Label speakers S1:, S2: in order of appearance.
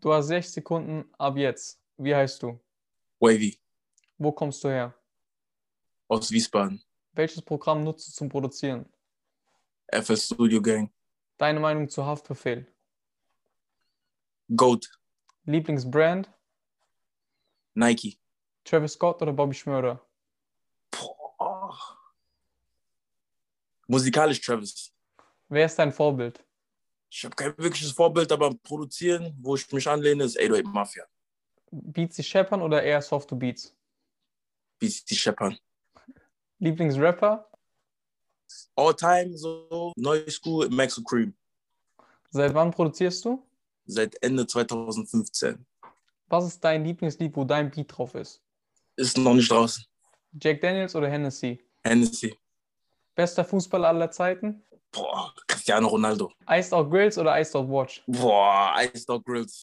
S1: Du hast sechs Sekunden ab jetzt. Wie heißt du?
S2: Wavy
S1: Wo kommst du her?
S2: aus Wiesbaden.
S1: Welches Programm nutzt du zum Produzieren?
S2: FS Studio Gang.
S1: Deine Meinung zu Haftbefehl?
S2: Goat.
S1: Lieblingsbrand?
S2: Nike.
S1: Travis Scott oder Bobby Schmörder?
S2: Boah. Musikalisch Travis.
S1: Wer ist dein Vorbild?
S2: Ich habe kein wirkliches Vorbild, aber produzieren, wo ich mich anlehne, ist 808 Mafia.
S1: Beatsy Shepard oder eher Soft to Beats?
S2: BC Shepard.
S1: Lieblingsrapper?
S2: All time so, neue School, Max Cream.
S1: Seit wann produzierst du?
S2: Seit Ende 2015.
S1: Was ist dein Lieblingslied, wo dein Beat drauf ist?
S2: Ist noch nicht draußen.
S1: Jack Daniels oder Hennessy?
S2: Hennessy.
S1: Bester Fußballer aller Zeiten?
S2: Boah, Cristiano Ronaldo.
S1: Iced Out Grills oder Iced Out Watch?
S2: Boah, Ice Dog Grills.